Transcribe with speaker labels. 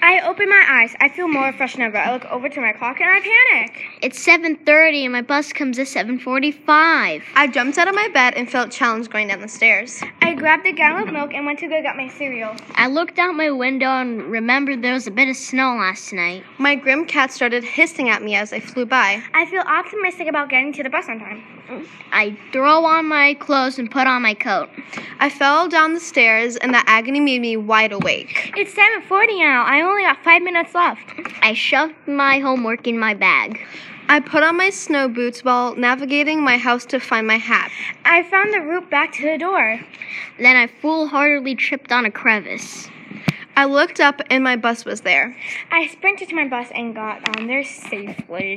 Speaker 1: I open my eyes. I feel more refreshed than ever. I look over to my clock and I panic.
Speaker 2: It's 7:30 and my bus comes at 7:45.
Speaker 3: I jumped out of my bed and felt challenged going down the stairs.
Speaker 1: I grabbed a gallon of milk and went to go get my cereal.
Speaker 2: I looked out my window and remembered there was a bit of snow last night.
Speaker 3: My grim cat started hissing at me as I flew by.
Speaker 1: I feel optimistic about getting to the bus on time.
Speaker 2: I throw on my clothes and put on my coat.
Speaker 3: I fell down the stairs and the agony made me wide awake.
Speaker 1: It's 7:40 now. I only got 5 minutes left.
Speaker 2: I shoved my homework in my bag.
Speaker 3: I put on my snow boots while navigating my house to find my hat.
Speaker 1: I found the route back to the door.
Speaker 2: Then I foolhardily tripped on a crevice.
Speaker 3: I looked up and my bus was there.
Speaker 1: I sprinted to my bus and got on there safely.